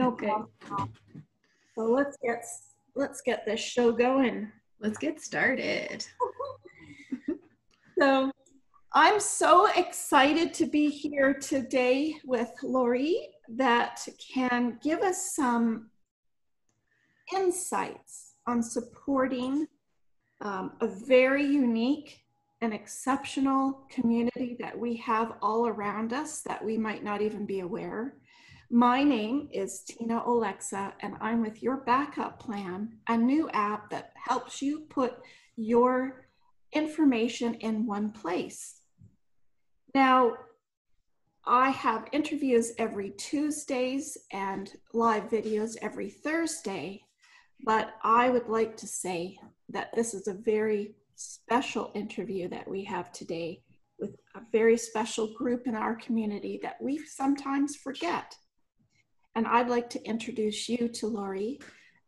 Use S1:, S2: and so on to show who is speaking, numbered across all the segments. S1: Okay.
S2: So let's get let's get this show going.
S1: Let's get started.
S2: So I'm so excited to be here today with Lori that can give us some insights on supporting um, a very unique and exceptional community that we have all around us that we might not even be aware. My name is Tina Olexa, and I'm with your backup plan, a new app that helps you put your information in one place. Now, I have interviews every Tuesdays and live videos every Thursday, but I would like to say that this is a very special interview that we have today with a very special group in our community that we sometimes forget. And I'd like to introduce you to Lori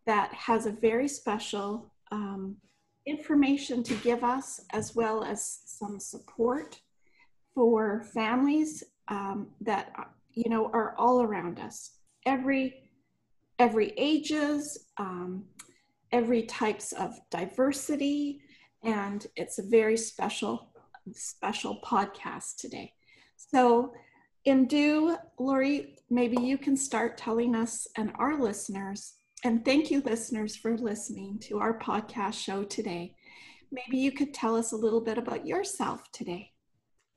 S2: that has a very special um, information to give us as well as some support for families um, that uh, you know are all around us every every ages um, every types of diversity and it's a very special special podcast today so in due lori maybe you can start telling us and our listeners and thank you listeners for listening to our podcast show today maybe you could tell us a little bit about yourself today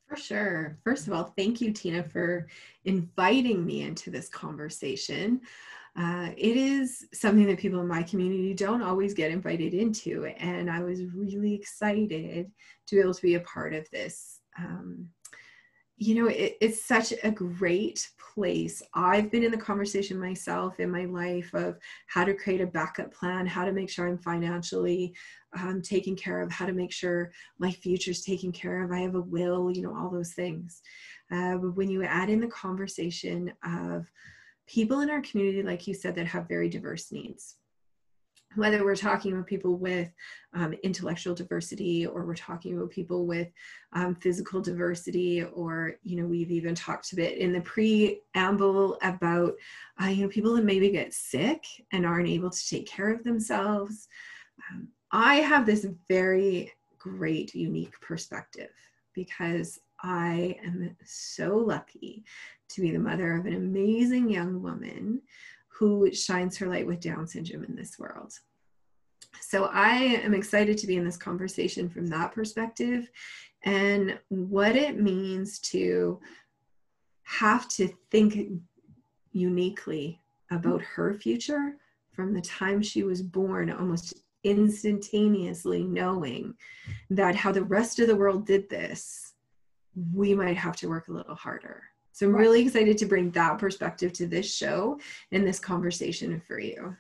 S1: For sure. First of all, thank you, Tina, for inviting me into this conversation. Uh, it is something that people in my community don't always get invited into, and I was really excited to be able to be a part of this. Um, you know, it, it's such a great place. I've been in the conversation myself in my life of how to create a backup plan, how to make sure I'm financially um, taken care of, how to make sure my future's taken care of, I have a will, you know, all those things. Uh, but when you add in the conversation of people in our community, like you said, that have very diverse needs, whether we're talking about people with um, intellectual diversity or we're talking about people with um, physical diversity or you know we've even talked a bit in the preamble about uh, you know people that maybe get sick and aren't able to take care of themselves um, i have this very great unique perspective because i am so lucky to be the mother of an amazing young woman who shines her light with Down syndrome in this world. So I am excited to be in this conversation from that perspective and what it means to have to think uniquely about her future from the time she was born almost instantaneously knowing that how the rest of the world did this we might have to work a little harder so i'm
S2: Right.
S1: really excited to bring that perspective to this show and this conversation for you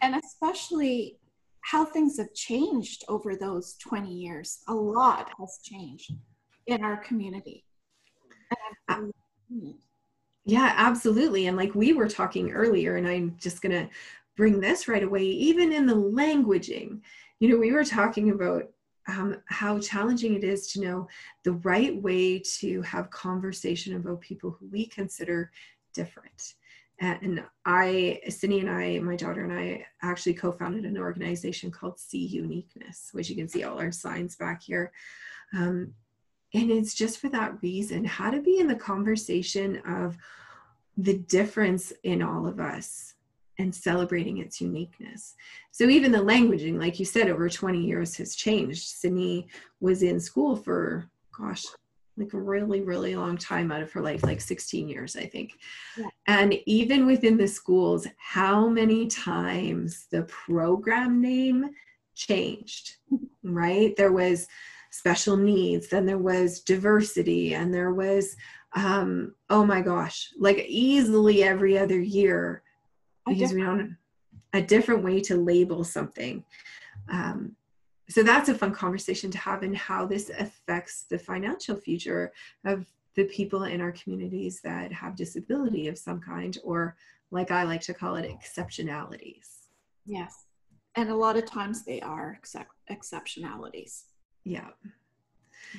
S2: and especially how things have changed over those 20 years. A lot has changed in our community. And uh, I've-
S1: Yeah, absolutely. And like we were talking earlier, and I'm just going to bring this right away, even in the languaging, you know, we were talking about um, how challenging it is to know the right way to have conversation about people who we consider different. And I, Cindy and I, my daughter and I actually co founded an organization called See Uniqueness, which you can see all our signs back here. Um, and it's just for that reason how to be in the conversation of the difference in all of us and celebrating its uniqueness. So even the languaging, like you said, over 20 years has changed. Sydney was in school for, gosh, like a really, really long time out of her life, like 16 years, I think.
S2: Yeah.
S1: And even within the schools, how many times the program name changed, right? There was special needs, then there was diversity, and there was um oh my gosh like easily every other year
S2: I
S1: because
S2: just-
S1: we don't a different way to label something um so that's a fun conversation to have and how this affects the financial future of the people in our communities that have disability of some kind or like i like to call it exceptionalities
S2: Yes. And a lot of times they are excep- exceptionalities.
S1: yeah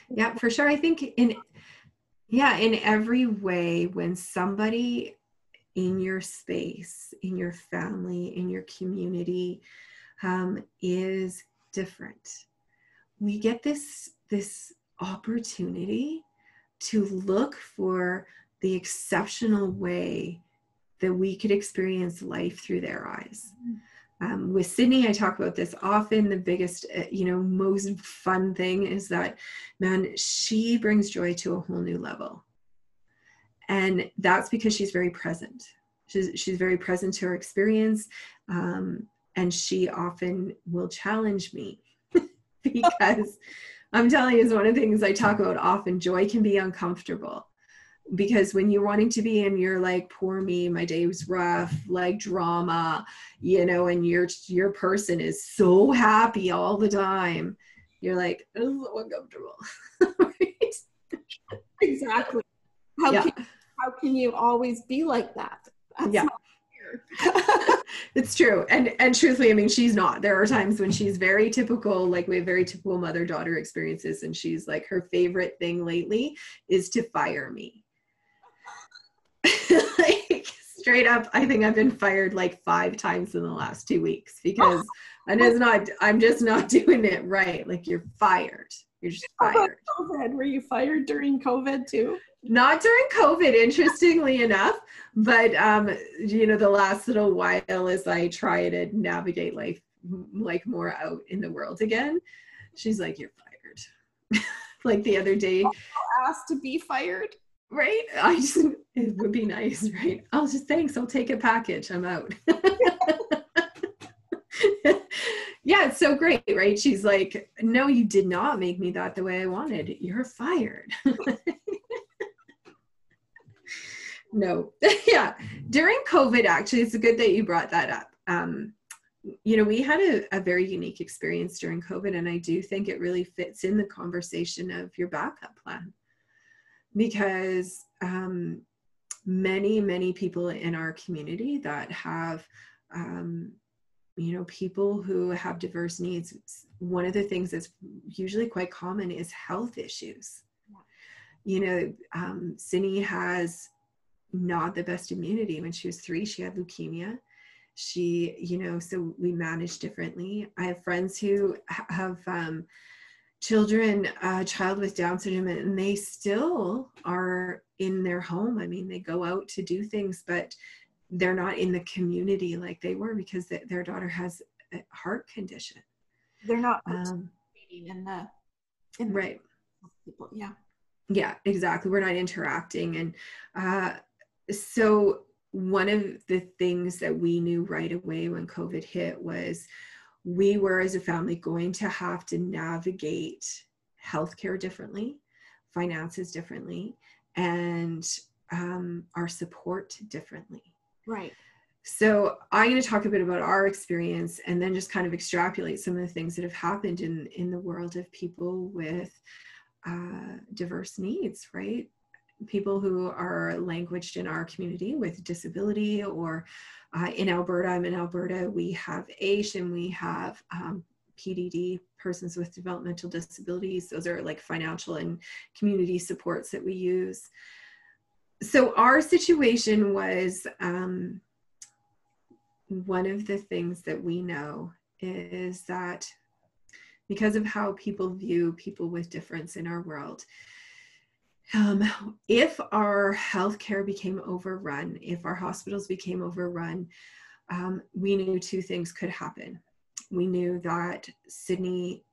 S1: yeah for sure i think in yeah in every way when somebody in your space, in your family, in your community um, is different. We get this, this opportunity to look for the exceptional way that we could experience life through their eyes. Um, with Sydney, I talk about this often. The biggest, uh, you know, most fun thing is that, man, she brings joy to a whole new level. And that's because she's very present. She's, she's very present to her experience. Um, and she often will challenge me because I'm telling you, is one of the things I talk about often joy can be uncomfortable because when you're wanting to be in you're like poor me my day was rough like drama you know and your your person is so happy all the time you're like this is so uncomfortable right?
S2: exactly how, yeah. can, how can you always be like that
S1: That's yeah it's true and and truthfully i mean she's not there are times when she's very typical like we have very typical mother daughter experiences and she's like her favorite thing lately is to fire me like straight up i think i've been fired like five times in the last two weeks because and it's not i'm just not doing it right like you're fired you're just fired
S2: covid were you fired during covid too
S1: not during COVID, interestingly enough, but um, you know, the last little while as I try to navigate life like more out in the world again, she's like, "You're fired." like the other day,
S2: asked to be fired,
S1: right? I just it would be nice, right? I'll just thanks. I'll take a package. I'm out. yeah, it's so great, right? She's like, "No, you did not make me that the way I wanted. You're fired." no yeah during covid actually it's good that you brought that up um, you know we had a, a, very unique experience during covid and i do think it really fits in the conversation of your backup plan because um, many many people in our community that have um, you know people who have diverse needs one of the things that's usually quite common is health issues you know um, Cindy has not the best immunity. When she was three, she had leukemia. She, you know, so we manage differently. I have friends who have um, children, a child with Down syndrome, and they still are in their home. I mean, they go out to do things, but they're not in the community like they were because th- their daughter has a heart condition.
S2: They're not um, in the
S1: in the, right
S2: people, yeah.
S1: Yeah, exactly. We're not interacting, and uh, so one of the things that we knew right away when covid hit was we were as a family going to have to navigate healthcare differently finances differently and um, our support differently
S2: right
S1: so i'm going to talk a bit about our experience and then just kind of extrapolate some of the things that have happened in in the world of people with uh, diverse needs right people who are languaged in our community with disability or uh, in Alberta, I'm in Alberta, we have AISH and we have um, PDD, persons with developmental disabilities. Those are like financial and community supports that we use. So our situation was um, one of the things that we know is that because of how people view people with difference in our world, um, if our healthcare became overrun, if our hospitals became overrun, um, we knew two things could happen. We knew that Sydney,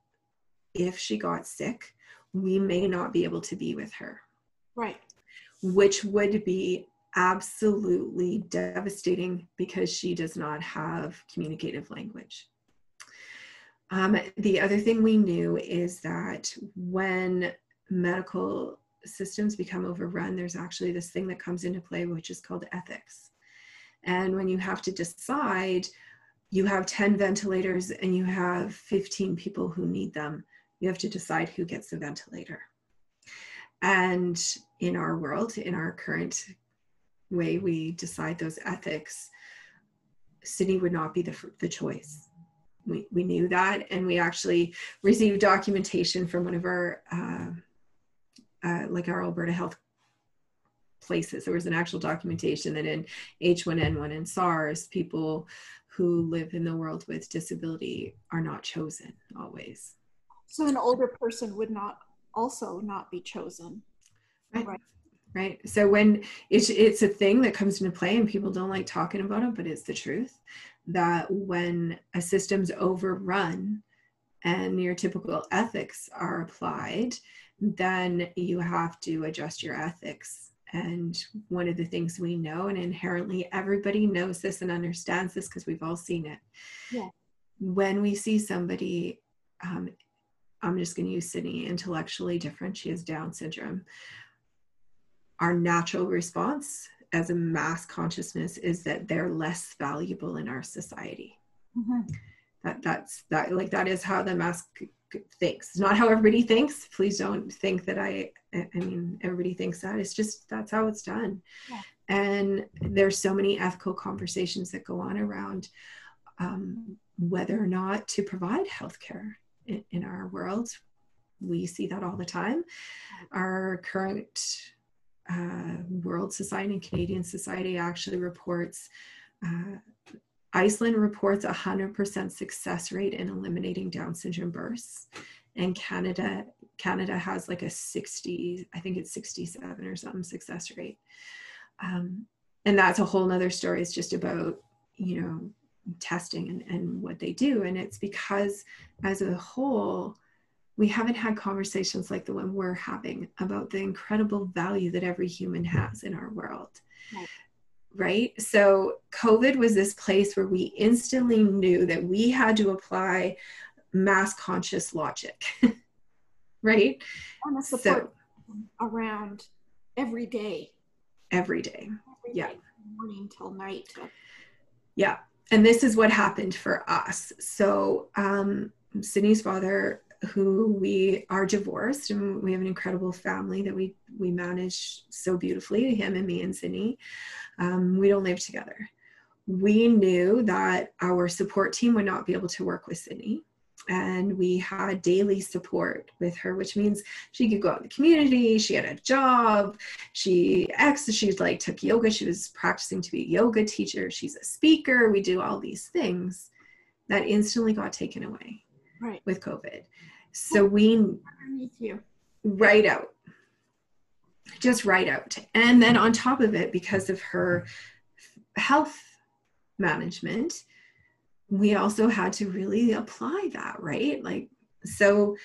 S1: if she got sick, we may not be able to be with her.
S2: Right.
S1: Which would be absolutely devastating because she does not have communicative language. Um, the other thing we knew is that when medical systems become overrun, there's actually this thing that comes into play, which is called ethics. And when you have to decide, you have 10 ventilators and you have 15 people who need them, you have to decide who gets the ventilator. And in our world, in our current way we decide those ethics, Sydney would not be the, the choice. We, we knew that, and we actually received documentation from one of our. Uh, uh, like our Alberta Health places. There was an actual documentation that in H1N1 and SARS, people who live in the world with disability are not chosen always.
S2: So an older person would not also not be chosen.
S1: Right. Right. right. So when it's it's a thing that comes into play and people don't like talking about it, but it's the truth that when a system's overrun and your typical ethics are applied, then you have to adjust your ethics and one of the things we know, and inherently everybody knows this and understands this because we've all seen it.
S2: Yeah.
S1: When we see somebody, um, I'm just going to use Sydney, intellectually different, she has Down syndrome. Our natural response as a mass consciousness is that they're less valuable in our society. Mm-hmm. That, that's that like that is how the mass thinks. It's not how everybody thinks. Please don't think that I, I mean, everybody thinks that. It's just that's how it's done. Yeah. And there's so many ethical conversations that go on around um, whether or not to provide healthcare in, in our world. We see that all the time. Our current uh, world society and Canadian society actually reports. Uh, Iceland reports 100% success rate in eliminating Down syndrome births, and Canada Canada has like a 60, I think it's 67 or something success rate. Um, and that's a whole nother story. It's just about you know testing and, and what they do, and it's because as a whole. We haven't had conversations like the one we're having about the incredible value that every human has in our world. Right right? So, COVID was this place where we instantly knew that we had to apply mass conscious logic, right?
S2: And the support so, around every day.
S1: Every day.
S2: Every
S1: yeah.
S2: Day, morning till night. uh,
S1: Yeah. And this is what happened for us. So, um, Sydney's father who we are divorced and we have an incredible family that we we manage so beautifully him and me and sydney um, we don't live together we knew that our support team would not be able to work with sydney and we had daily support with her which means she could go out in the community she had a job she ex she like took yoga she was practicing to be a yoga teacher she's a speaker we do all these things that instantly got taken away
S2: right.
S1: with covid so we right out, just right out. And then on top of it, because of her health management, we also had to really apply that, right? Like, so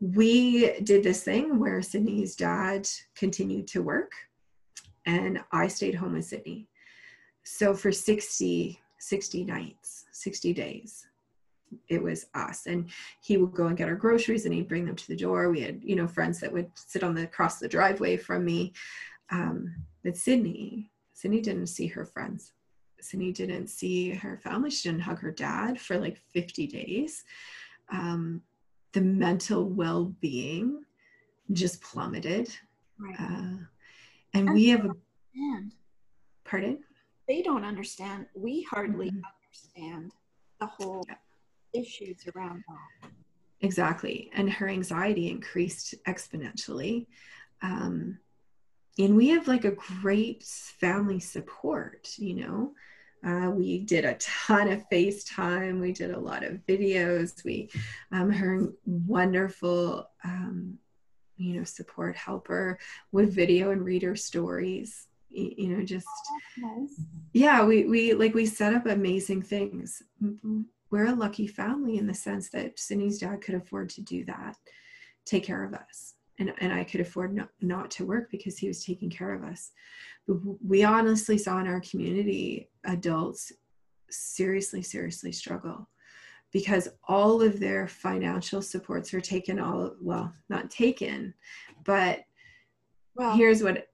S1: we did this thing where Sydney's dad continued to work and I stayed home with Sydney. So for 60, 60 nights, 60 days, it was us and he would go and get our groceries and he'd bring them to the door we had you know friends that would sit on the across the driveway from me um, but sydney sydney didn't see her friends sydney didn't see her family she didn't hug her dad for like 50 days um, the mental well-being just plummeted
S2: right.
S1: uh, and, and we have a
S2: understand.
S1: pardon
S2: they don't understand we hardly mm-hmm. understand the whole yeah issues around that.
S1: Exactly. And her anxiety increased exponentially. Um, and we have like a great family support, you know. Uh, we did a ton of FaceTime. We did a lot of videos. We, um, her wonderful, um, you know, support helper would video and read her stories. You, you know, just
S2: oh, nice.
S1: yeah, we we like we set up amazing things. Mm-hmm we're a lucky family in the sense that Sydney's dad could afford to do that, take care of us. And, and I could afford not, not to work because he was taking care of us. We honestly saw in our community adults seriously, seriously struggle because all of their financial supports are taken all well, not taken, but well, here's what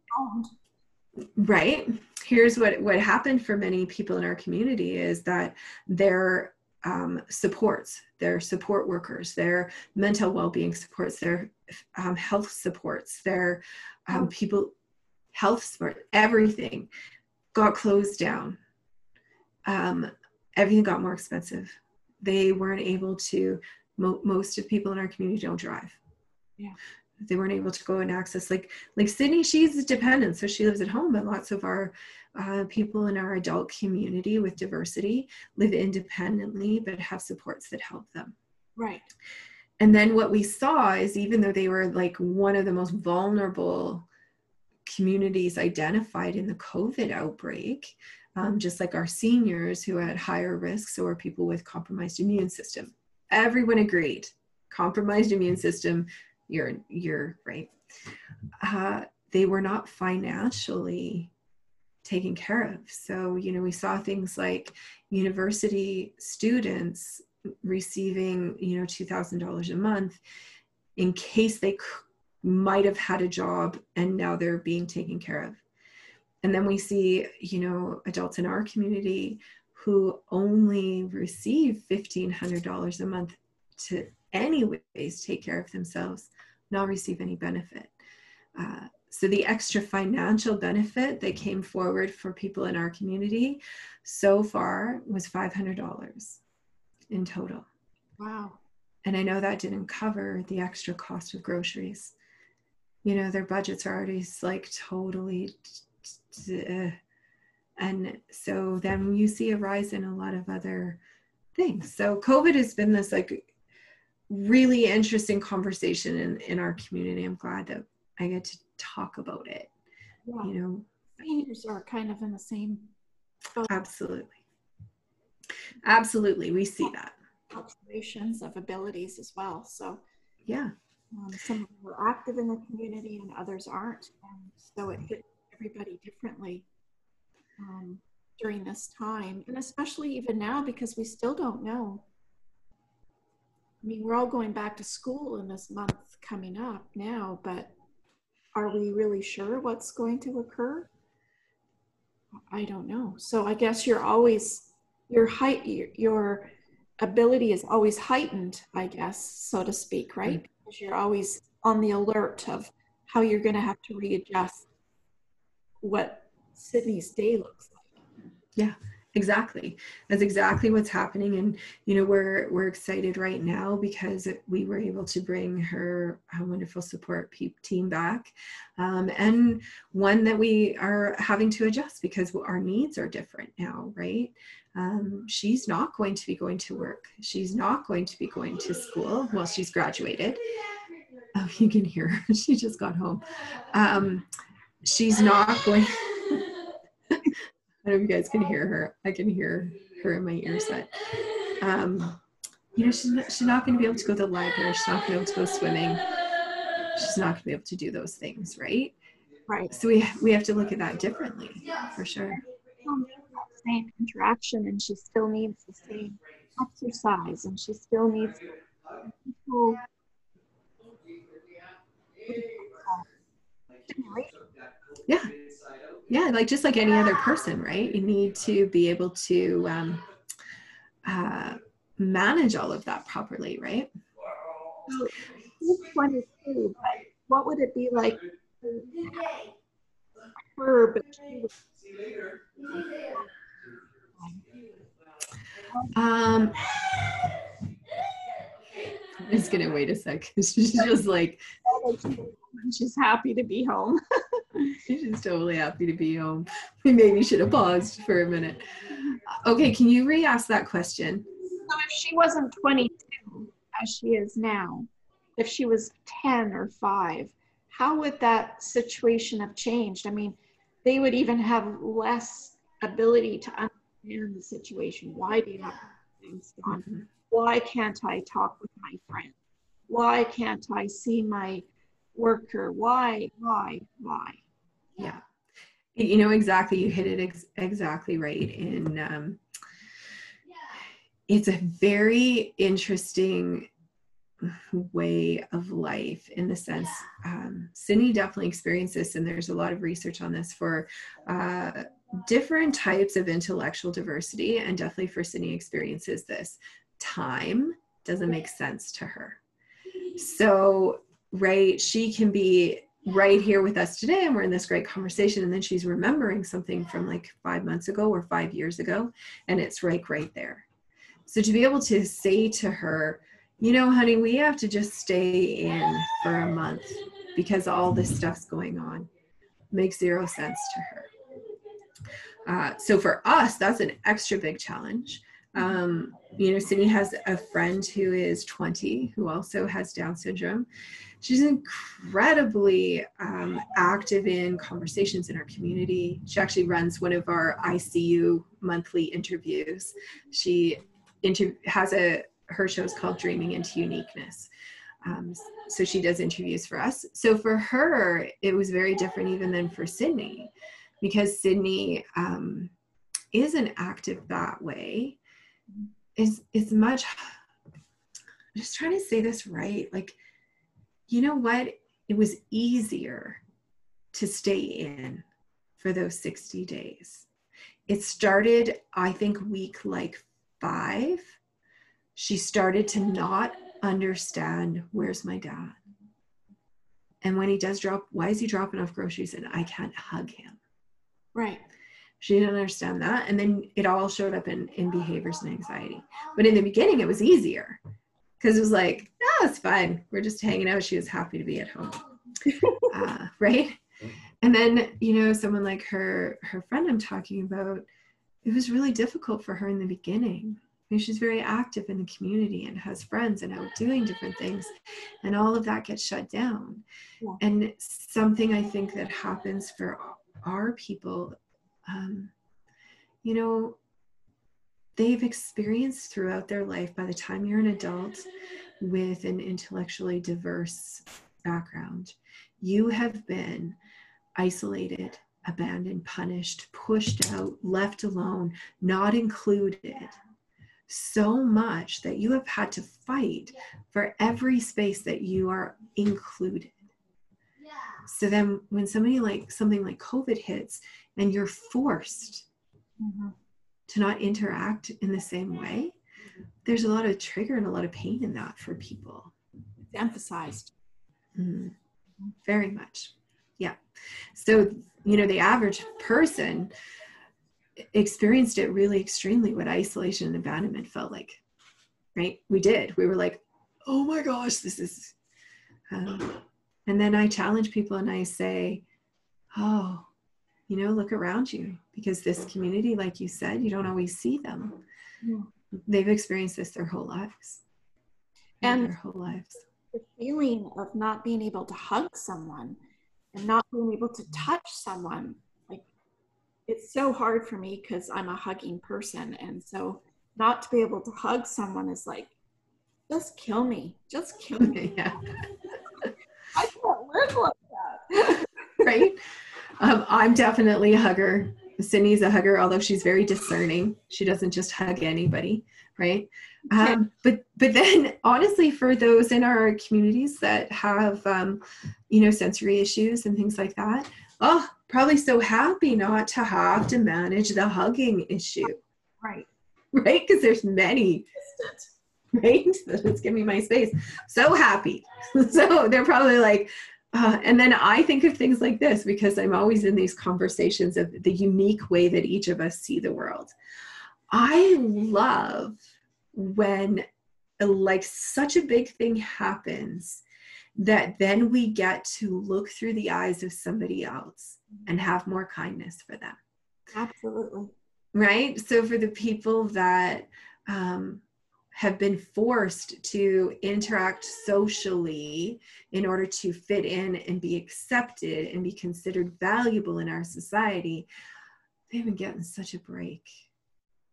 S1: right here's what what happened for many people in our community is that their um, supports, their support workers, their mental well-being supports, their um, health supports, their um, people health support, everything got closed down. Um, everything got more expensive. They weren't able to. Mo- most of people in our community don't drive.
S2: Yeah.
S1: they weren't able to go and access like like sydney she's dependent so she lives at home but lots of our uh, people in our adult community with diversity live independently but have supports that help them
S2: Right.
S1: and then what we saw is even though they were like one of the most vulnerable communities identified in the COVID outbreak, um, just like our seniors who had higher risks or people with compromised immune system. Everyone agreed, compromised immune system, you're you're right. Uh, they were not financially taken care of. So you know we saw things like university students receiving you know two thousand dollars a month in case they c- might have had a job and now they're being taken care of. And then we see, you know, adults in our community who only receive $1,500 a month to, anyways, take care of themselves, not receive any benefit. Uh, so the extra financial benefit that came forward for people in our community so far was $500 in total.
S2: Wow.
S1: And I know that didn't cover the extra cost of groceries. You know, their budgets are already like totally. t- t- uh, And so then you see a rise in a lot of other things. So COVID has been this like really interesting conversation in, in our community. I'm glad that I get to talk about it.
S2: Yeah.
S1: You know,
S2: Seniors are kind of in the same boat.
S1: absolutely. Absolutely. We see that.
S2: observations of abilities as well. So
S1: Yeah.
S2: um, some of them are active in the community and others aren't. And so it hit everybody differently um, during this time. And especially even now because we still don't know. I mean, we're all going back to school in this month coming up now, but are we really sure what's going to occur? I don't know. So I guess you're always, your height, your, your ability is always heightened, I guess, so to speak, right? Because you're always on the alert of how you're going to have to readjust what Sydney's day looks like.
S1: exactly that's exactly what's happening and you know we're we're excited right now because it- we were able to bring her a wonderful support pe- team back um, and one that we are having to adjust because our needs are different now right um, she's not going to be going to work she's not going to be going to school well she's graduated oh you can hear her she just got home um, she's not going I don't know if you guys can hear her. I can hear her in my ear set. Um, you know, she's not, she's not going to be able to go to the library. She's not going to be able to go swimming. She's not going to be able to do those things, right?
S2: Right.
S1: So we we have to look at that differently, for sure.
S2: Same interaction, and she still needs the same exercise, and she still needs people.
S1: Yeah, yeah. Like just like any other person, right? You need to be able to um, uh, manage all of that properly, right?
S2: She's 22, but what would it be like for her? But she was
S1: Um, I'm just gonna wait a sec. She's just like
S2: and she's happy to be home.
S1: She's totally happy to be home. We maybe should have paused for a minute. Okay, can you re ask that question?
S2: So if she wasn't 22 as she is now, if she was 10 or 5, how would that situation have changed? I mean, they would even have less ability to understand the situation. Why do you have things done? Why can't I talk with my friend? Why can't I see my worker? Why, why, why?
S1: Yeah. You know exactly, you hit it ex- exactly right. And um, it's a very interesting way of life in the sense um, Sydney definitely experienced this, and there's a lot of research on this for uh, different types of intellectual diversity, and definitely for Sydney experiences this. Time doesn't make sense to her. So, right, she can be right here with us today, and we're in this great conversation, and then she's remembering something from like five months ago or five years ago, and it's like right there. So, to be able to say to her, you know, honey, we have to just stay in for a month because all this stuff's going on. Makes zero sense to her. Uh, so for us, that's an extra big challenge. Um, you know, Sydney has a friend who is 20 who also has Down syndrome. She's incredibly um, active in conversations in our community. She actually runs one of our ICU monthly interviews. She inter- has a her show is called Dreaming into Uniqueness. Um, so she does interviews for us. So for her, it was very different even than for Sydney, because Sydney um, isn't active that way. Is is much. I'm just trying to say this right, like you know what? It was easier to stay in for those 60 days. It started, I think, week like five. She started to not understand where's my dad? And when he does drop, why is he dropping off groceries and I can't hug him?
S2: Right.
S1: She didn't understand that. And then it all showed up in, in behaviors and anxiety. But in the beginning, it was easier because it was like, oh, it's fine. We're just hanging out. She was happy to be at home, uh, right? And then you know, someone like her, her friend I'm talking about, it was really difficult for her in the beginning. I mean, she's very active in the community and has friends and out doing different things, and all of that gets shut down.
S2: Yeah.
S1: And something I think that happens for our people, um, you know, they've experienced throughout their life by the time you're an adult with an intellectually diverse background you have been isolated abandoned punished pushed out left alone not included so much that you have had to fight for every space that you are included so then when somebody like something like covid hits and you're forced
S2: Mhm.
S1: to not interact in the same way, there's a lot of trigger and a lot of pain in that for people.
S2: It's emphasized.
S1: Mm, very much. Yeah. So, you know, the average person experienced it really extremely what isolation and abandonment felt like, right? We did. We were like, oh my gosh, this is. Um, and then I challenge people and I say, oh, you know, look around you because this community, like you said, you don't always see them.
S2: Yeah.
S1: They've experienced this their whole lives.
S2: And-
S1: their whole lives.
S2: the feeling of not being able to hug someone and not being able to touch someone like it's so hard for me because i'm a hugging person and so not to be able to hug someone is like just kill me just kill me
S1: yeah.
S2: i can't live like that
S1: right? Um, I'm definitely a hugger. Cindy's a hugger, although she's very discerning. She doesn't just hug anybody, right? Um, but but then honestly, for those in our communities that have um, you know sensory issues and things like that, oh, probably so happy not to have to manage the hugging issue,
S2: right
S1: right? Because there's many right? Let's give me my space. So happy. So they're probably like, uh, and then I think of things like this because I'm always in these conversations of the unique way that each of us see the world. I love when uh, like such a big thing happens that then we get to look through the eyes of somebody else and have more kindness for them
S2: absolutely
S1: right so for the people that um, have been forced to interact socially in order to fit in and be accepted and be considered valuable in our society they've been getting such a break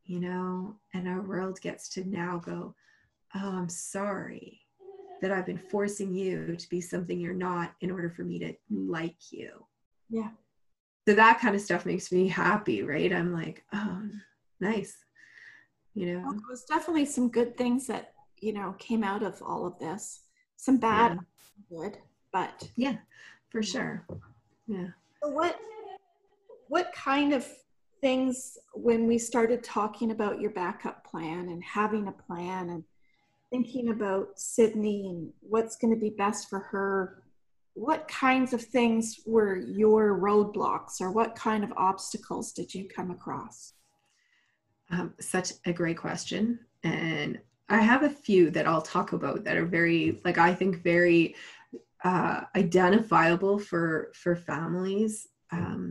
S1: you know and our world gets to now go oh i'm sorry that i've been forcing you to be something you're not in order for me to like you
S2: Yeah.
S1: so that kind of stuff makes me happy right i'm like oh nice you know
S2: Well, there was definitely some good things that you know came out of all of this some bad good but
S1: Yeah, for sure. Yeah.
S2: So what what kind of things when we started talking about your backup plan and having a plan and thinking about Sydney and what's going to be best for her what kinds of things were your roadblocks or what kind of obstacles did you come across
S1: Um, such a great question. And I have a few that I'll talk about that are very, like, I think very uh, identifiable for for families. Um,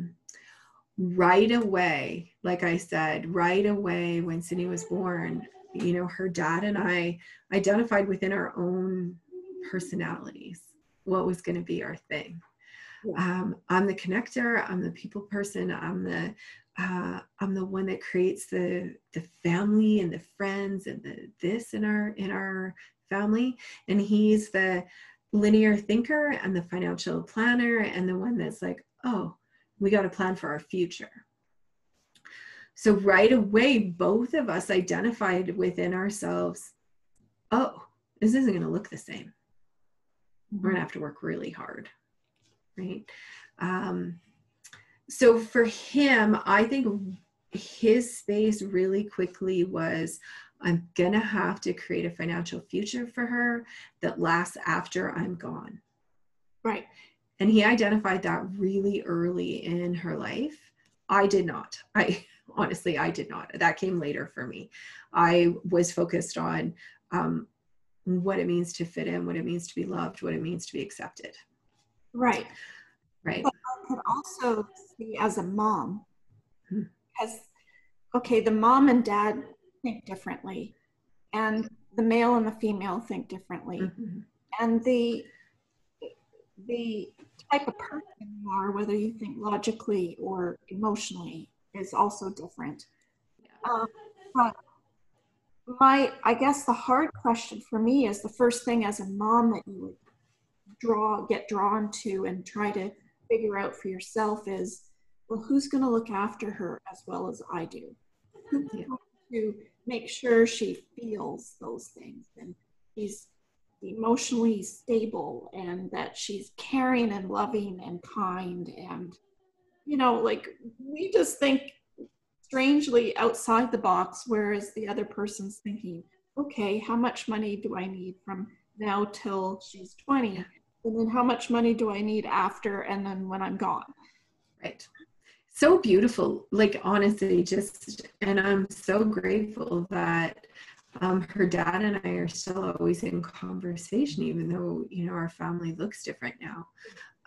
S1: right away, like I said, right away when Sydney was born, you know, her dad and I identified within our own personalities what was going to be our thing. Um, I'm the connector. I'm the people person. I'm the uh, I'm the one that creates the the family and the friends and the this in our in our family. And he's the linear thinker and the financial planner and the one that's like, oh, we got to plan for our future. So right away, both of us identified within ourselves, oh, this isn't going to look the same. We're going to have to work really hard right? Um, so for him, I think his space really quickly was I'm gonna have to create a financial future for her that lasts after I'm gone.
S2: Right.
S1: And he identified that really early in her life. I did not. I honestly, I did not. That came later for me. I was focused on um, what it means to fit in, what it means to be loved, what it means to be accepted.
S2: Right.
S1: Right.
S2: But I could also see as a mom,
S1: Hmm.
S2: because, okay, the mom and dad think differently, and the male and the female think differently,
S1: Mhm.
S2: and the the type of person you are, whether you think logically or emotionally, is also different. Um, but my, I guess the hard question for me is the first thing as a mom that you would draw get drawn to and try to figure out for yourself is well who's going to look after her as well as i do who's
S1: Yeah.
S2: going to make sure she feels those things and she's emotionally stable and that she's caring and loving and kind and you know like we just think strangely outside the box whereas the other person's thinking okay how much money do i need from now till she's 20 and then how much money do I need after and then when I'm gone?
S1: Right. So beautiful. Like honestly, just and I'm so grateful that um, her dad and I are still always in conversation, even though you know our family looks different now.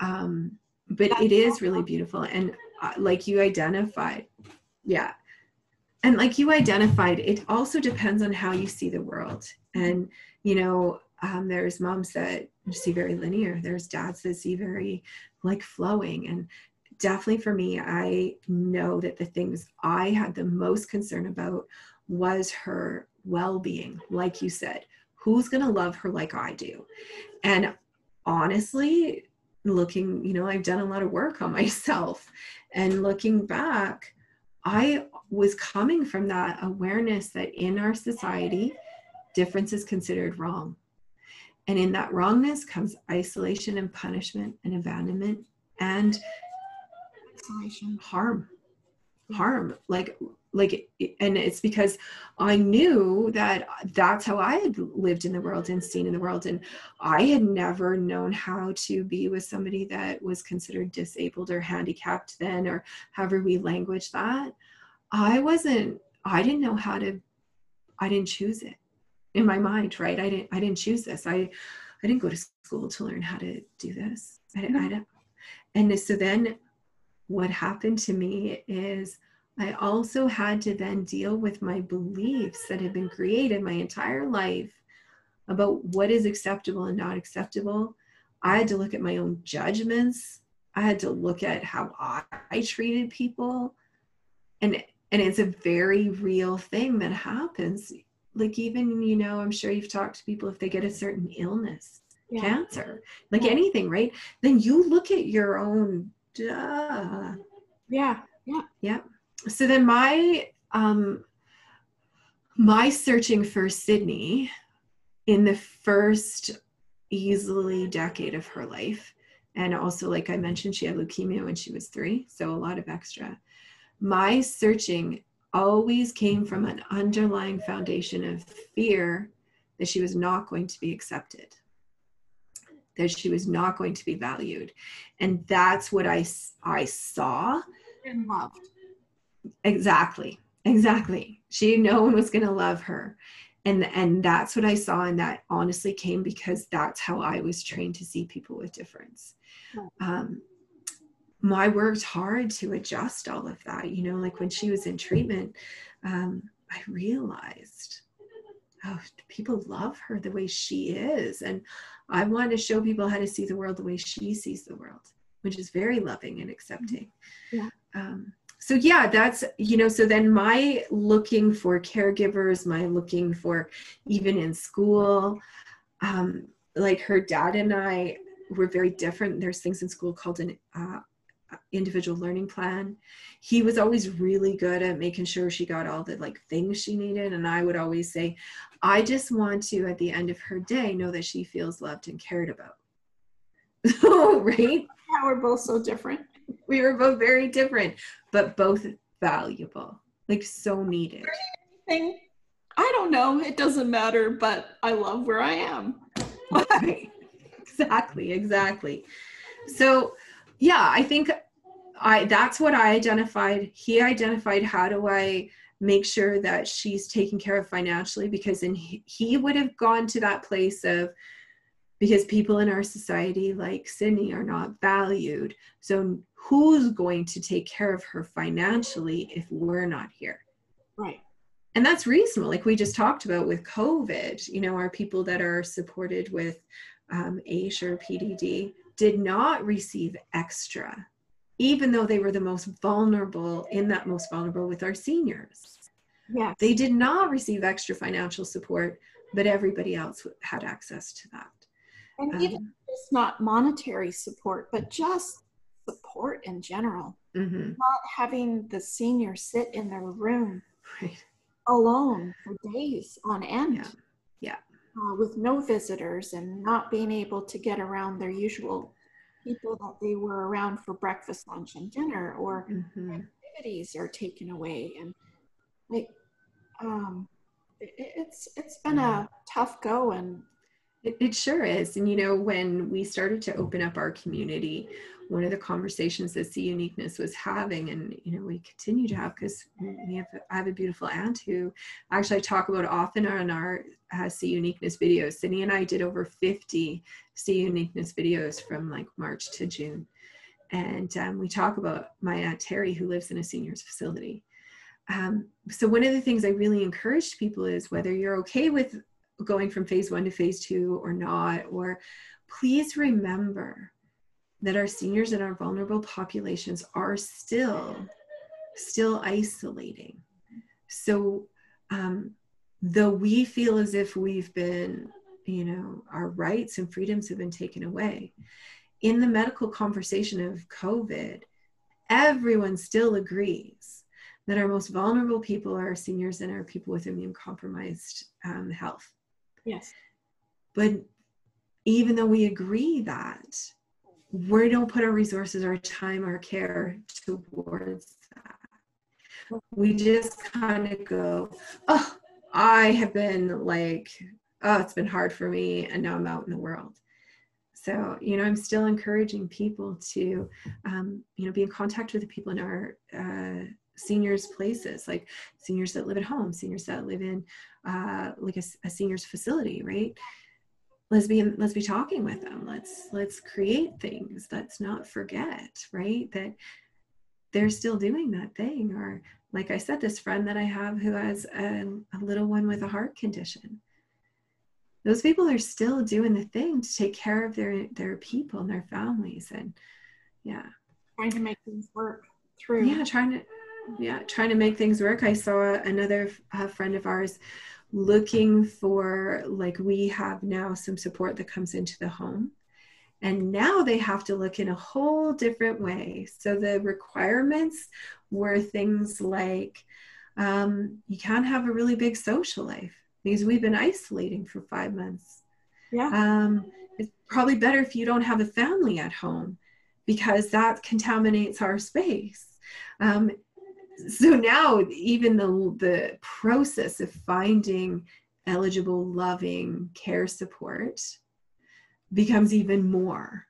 S1: Um, but it is really beautiful, and uh, like you identified, yeah, and like you identified, it also depends on how you see the world. And you know, um, there's moms that see very linear. There's dads that see very like flowing, and definitely for me, I know that the things I had the most concern about was her well being. Like you said, who's going to love her like I do? And honestly, looking, you know, I've done a lot of work on myself and looking back, I was coming from that awareness that in our society, difference is considered wrong. And in that wrongness comes isolation and punishment and abandonment and
S2: Isolation.
S1: harm harm like like and it's because i knew that that's how i had lived in the world and seen in the world and i had never known how to be with somebody that was considered disabled or handicapped then or however we language that i wasn't i didn't know how to i didn't choose it in my mind right i didn't i didn't choose this i i didn't go to school to learn how to do this i, didn't- I don't and so then what happened to me is I also had to then deal with my beliefs that had been created my entire life about what is acceptable and not acceptable. I had to look at my own judgments. I had to look at how I, I treated people. And and it's a very real thing that happens. Like even, you know, I'm sure you've talked to people if they get a certain illness
S2: Yeah.
S1: cancer, like
S2: Yeah.
S1: anything, right? Then you look at your own duh.
S2: Yeah.
S1: So then my um my searching for Sydney in the first easily decade of her life. And also, like I mentioned, she had leukemia when she was three, so a lot of extra. My searching always came from an underlying foundation of fear that she was not going to be accepted, that she was not going to be valued. And that's what I, s- I saw
S2: And loved.
S1: Exactly. Exactly. She no one was going to love her. and and that's what i saw and that honestly came because that's how i was trained to see people with difference um, i worked hard to adjust all of that you know like when she was in treatment um, i realized oh people love her the way she is and i want to show people how to see the world the way she sees the world which is very loving and accepting
S2: Yeah.
S1: um, so yeah that's you know so then my looking for caregivers my looking for even in school um, like her dad and i were very different there's things in school called an uh, individual learning plan he was always really good at making sure she got all the like things she needed and i would always say i just want to at the end of her day know that she feels loved and cared about so right
S2: Yeah, we're both so different.
S1: we were both very different, but both valuable, like so needed.
S2: Thing. I don't know. It doesn't matter, but I love where I am.
S1: Right. exactly, exactly. So, yeah, I think I that's what I identified. He identified how do I make sure that she's taken care of financially because then he, he would have gone to that place of because people in our society like Sydney are not valued. So who's going to take care of her financially if we're not here?
S2: Right.
S1: and that's reasonable like we just talked about with covid you know our people that are supported with um, aish or pdd did not receive extra even though they were the most vulnerable in that most vulnerable with our seniors
S2: Yeah.
S1: they did not receive extra financial support but everybody else w- had access to that
S2: And
S1: Um,
S2: even just not monetary support, but just support in general.
S1: mhm,
S2: Not having the senior sit in their room
S1: right
S2: alone for days on end.
S1: Yeah. Yeah.
S2: Uh, with no visitors and not being able to get around their usual people that they were around for breakfast, lunch, and dinner, or
S1: mhm.
S2: activities are taken away and like um it, it's it's been a tough go and
S1: It, it sure is. And you know, when we started to open up our community, one of the conversations that Sea Uniqueness was having, and you know, we continue to have because we have I have a beautiful aunt who actually I talk about often on our uh, Sea Uniqueness videos. Sydney and I did over 50 Sea Uniqueness videos from like March to June. And um, we talk about my aunt Terry who lives in a seniors facility. Um, so one of the things I really encourage people is whether you're okay with going from phase one to phase two or not, or please remember that our seniors and our vulnerable populations are still still isolating. So um, though we feel as if we've been, you know, our rights and freedoms have been taken away, in the medical conversation of COVID, everyone still agrees that our most vulnerable people are our seniors and our people with immune compromised um, health.
S2: yes
S1: But even though we agree that, we don't put our resources, our time, our care towards that. We just kind of go, oh, I have been like, oh, it's been hard for me, and now I'm out in the world. So, you know, I'm still encouraging people to, um, you know, be in contact with the people in our uh, seniors' places, like seniors that live at home, seniors that live in uh, like a, s- a seniors' facility, right? let's be let's be talking with them let's let's create things let's not forget right that they're still doing that thing or like i said this friend that i have who has a, a little one with a heart condition those people are still doing the thing to take care of their their people and their families and yeah
S2: trying to make things work through
S1: yeah trying to yeah trying to make things work i saw another uh, friend of ours looking for like we have now some support that comes into the home and now they have to look in a whole different way so the requirements were things like um, you can't have a really big social life because we've been isolating for five months
S2: yeah
S1: um, it's probably better if you don't have a family at home because that contaminates our space. Um, so now even the the process of finding eligible loving care support becomes even more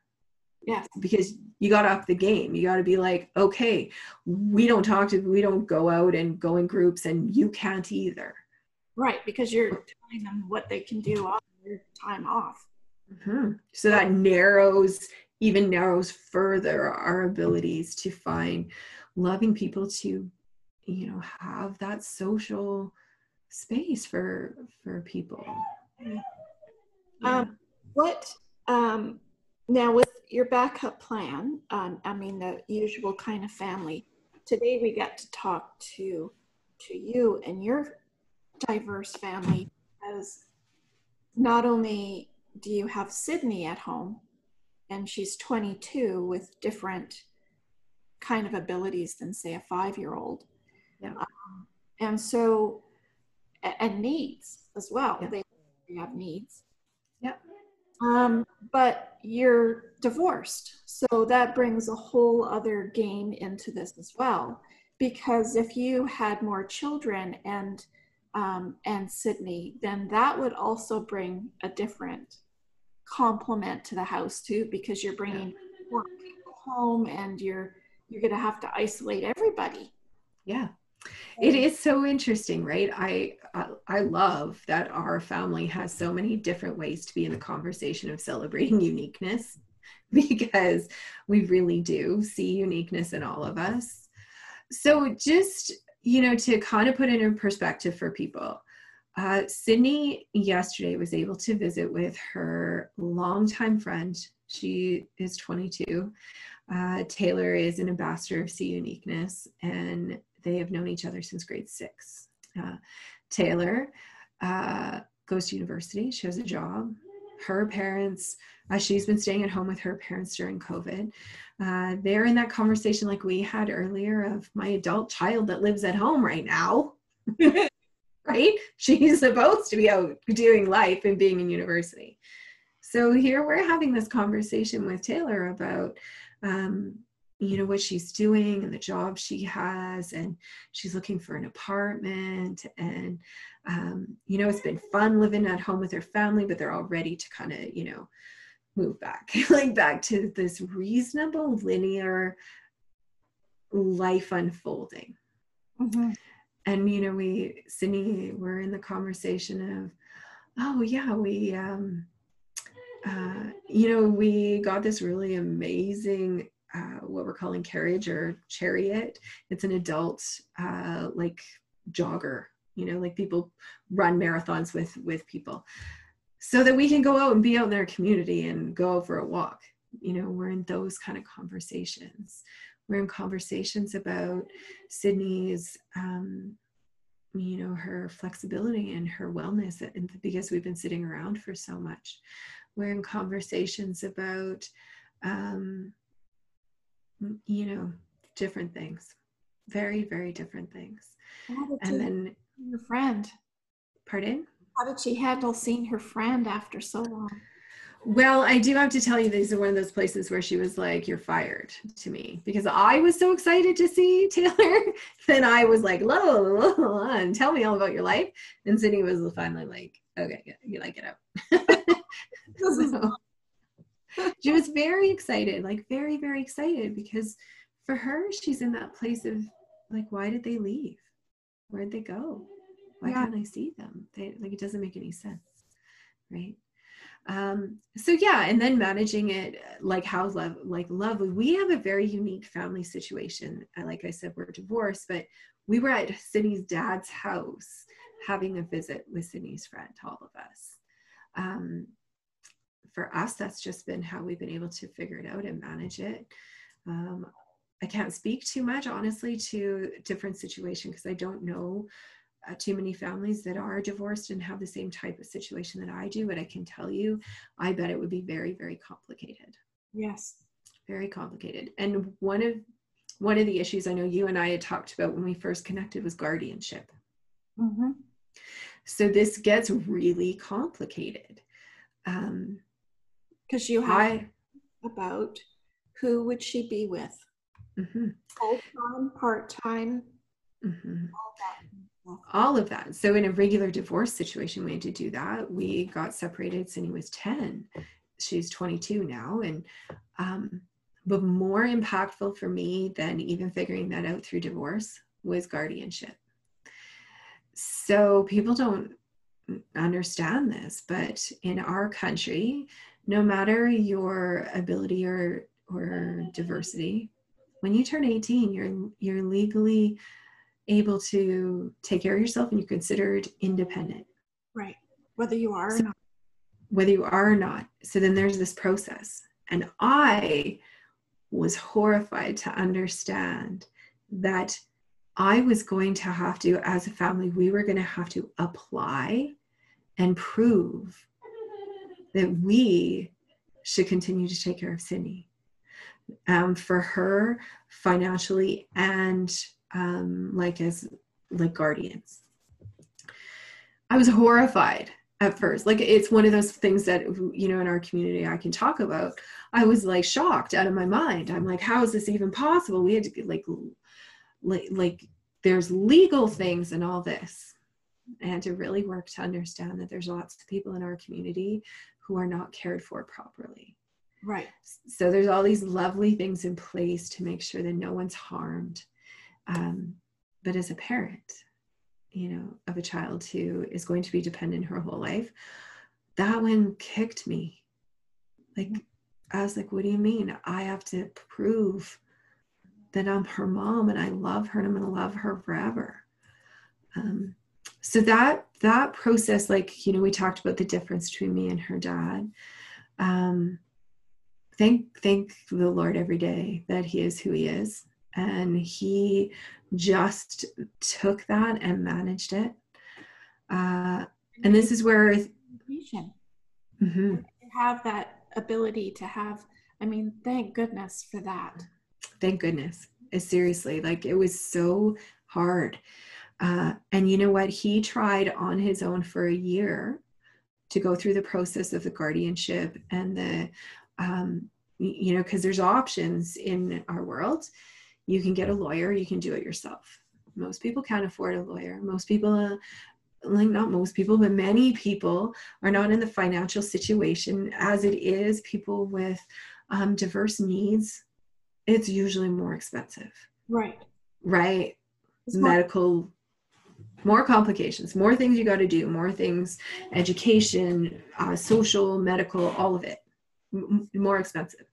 S2: yes
S1: because you got to up the game. You got to be like, okay, we don't talk to, we don't go out and go in groups, and you can't either.
S2: Right, because you're telling them what they can do on their time off.
S1: Mhm. So that narrows, even narrows further our abilities to find loving people to, you know, have that social space for for people.
S2: Yeah.
S1: Yeah.
S2: Um, what um, now with your backup plan? Um, I mean, the usual kind of family. Today we got to talk to to you and your diverse family as not only do you have Sydney at home, and she's 22 with different kind of abilities than say a five year old,
S1: Yeah.
S2: Um, and so a- and needs as well.
S1: Yeah.
S2: They they have needs.
S1: Yeah.
S2: Um, but you're divorced. So that brings a whole other game into this as well. Because if you had more children and um, and Sydney, then that would also bring a different complement to the house too, because you're bringing more people home and you're you're gonna have to isolate everybody.
S1: Yeah. It is so interesting, right? I, I I love that our family has so many different ways to be in the conversation of celebrating uniqueness because we really do see uniqueness in all of us. So just, you know, to kind of put it in perspective for people. Uh, Sydney yesterday was able to visit with her longtime friend. She is 22 uh, Taylor is an ambassador of See Uniqueness, and they have known each other since grade six. Uh, Taylor uh, goes to university, she has a job. Her parents, uh, she's been staying at home with her parents during COVID. Uh, they're in that conversation like we had earlier of my adult child that lives at home right now. right? She's supposed to be out doing life and being in university. So here we're having this conversation with Taylor about um, you know what she's doing and the job she has and she's looking for an apartment and um, you know it's been fun living at home with her family but they're all ready to kind of you know move back like back to this reasonable linear life unfolding and you know we sydney we're in the conversation of oh yeah we um uh, you know we got this really amazing uh, what we're calling carriage or chariot it's an adult uh, like jogger you know like people run marathons with with people so that we can go out and be out in their community and go out for a walk you know we're in those kind of conversations we're in conversations about Sydney's, um, you know, her flexibility and her wellness, and because we've been sitting around for so much, we're in conversations about, um, m- you know, different things, very, very different things.
S2: How did
S1: And
S2: you-
S1: then,
S2: your friend?
S1: pardon?
S2: How did she handle seeing her friend after so long?
S1: Well, I do have to tell you, these are one of those places where she was like, You're fired to me because I was so excited to see Taylor. then I was like, "La, la, la, la, la, and tell me all about your life. And Sydney was finally like, Okay, yeah, you like it out.
S2: This is
S1: she was very excited, like, very, very excited because for her, she's in that place of like, Why did they leave? Where'd they go? Why
S2: Yeah.
S1: can't I see them? They, like, it doesn't make any sense, right? um so yeah and then managing it uh, like how love like love we have a very unique family situation Uh, like i said we're divorced but we were at sydney's dad's house having a visit with sydney's friend all of us um for us that's just been how we've been able to figure it out and manage it um i can't speak too much honestly to different situation because i don't know uh, too many families that are divorced and have the same type of situation that I do, but I can tell you, I bet it would be very, very complicated,
S2: Yes.
S1: very complicated. And one of one of the issues I know you and I had talked about when we first connected was guardianship.
S2: Mm-hmm.
S1: So this gets really complicated. Um,
S2: Because you have
S1: I
S2: about who would she be with?
S1: mhm,
S2: Full time, part time,
S1: mhm.
S2: all that.
S1: all of that. So in a regular divorce situation, we had to do that. We got separated. Cindy was 10. She's 22 now. And, um, but more impactful for me than even figuring that out through divorce was guardianship. So people don't understand this, but in our country, no matter your ability or or diversity, when you turn 18, you're you're legally able to take care of yourself and you're considered independent.
S2: Right. Whether you are or
S1: So-
S2: not.
S1: whether you are or not. So then there's this process. And I was horrified to understand that I was going to have to, as a family, we were going to have to apply and prove that we should continue to take care of Sydney. Um, for her financially and um, like as like guardians. I was horrified at first. Like it's one of those things that you know in our community I can talk about. I was like shocked out of my mind. I'm like, how is this even possible? We had to like, like, like there's legal things and all this, and to really work to understand that there's lots of people in our community who are not cared for properly.
S2: Right.
S1: So there's all these lovely things in place to make sure that no one's harmed. Um, but as a parent, you know, of a child who is going to be dependent her whole life, that one kicked me. Like, I was like, what do you mean? I have to prove that I'm her mom and I love her and I'm going to love her forever. Um, so that that process, like you know, we talked about the difference between me and her dad. Um, thank thank the lord every day that he is who he is and he just took that and managed it uh, and this is where
S2: Education.
S1: mhm,
S2: You have that ability to have, I mean, thank goodness for that.
S1: thank goodness Uh, seriously like it was so hard uh, and you know what he tried on his own for a year to go through the process of the guardianship and the um, y- you know because there's options in our world you can get a lawyer you can do it yourself most people can't afford a lawyer most people uh, like not most people but many people are not in the financial situation as it is people with um, diverse needs it's usually more expensive
S2: Right.
S1: right
S2: It's more-
S1: medical more complications more things you got to do more things education uh, social medical all of it m- m- more expensive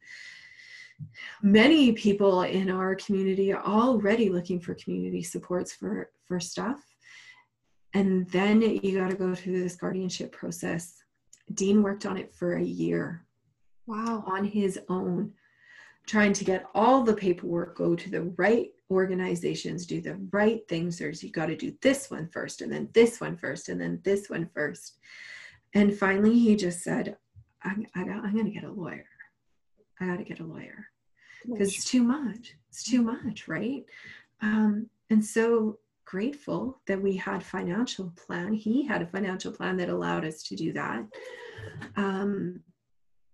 S1: many people in our community are already looking for community supports for for stuff and then you got to go through this guardianship process dean worked on it for a year
S2: wow.
S1: on his own, trying to get all the paperwork, go to the right organizations, do the right things. There's you got to do this one first, and then this one first, and then this one first. And finally, he just said, I'm, I got, I'm going to get a lawyer. I got to get a lawyer because it's too much. It's too much, right? Um, and so grateful that we had financial plan. He had a financial plan that allowed us to do that. Um,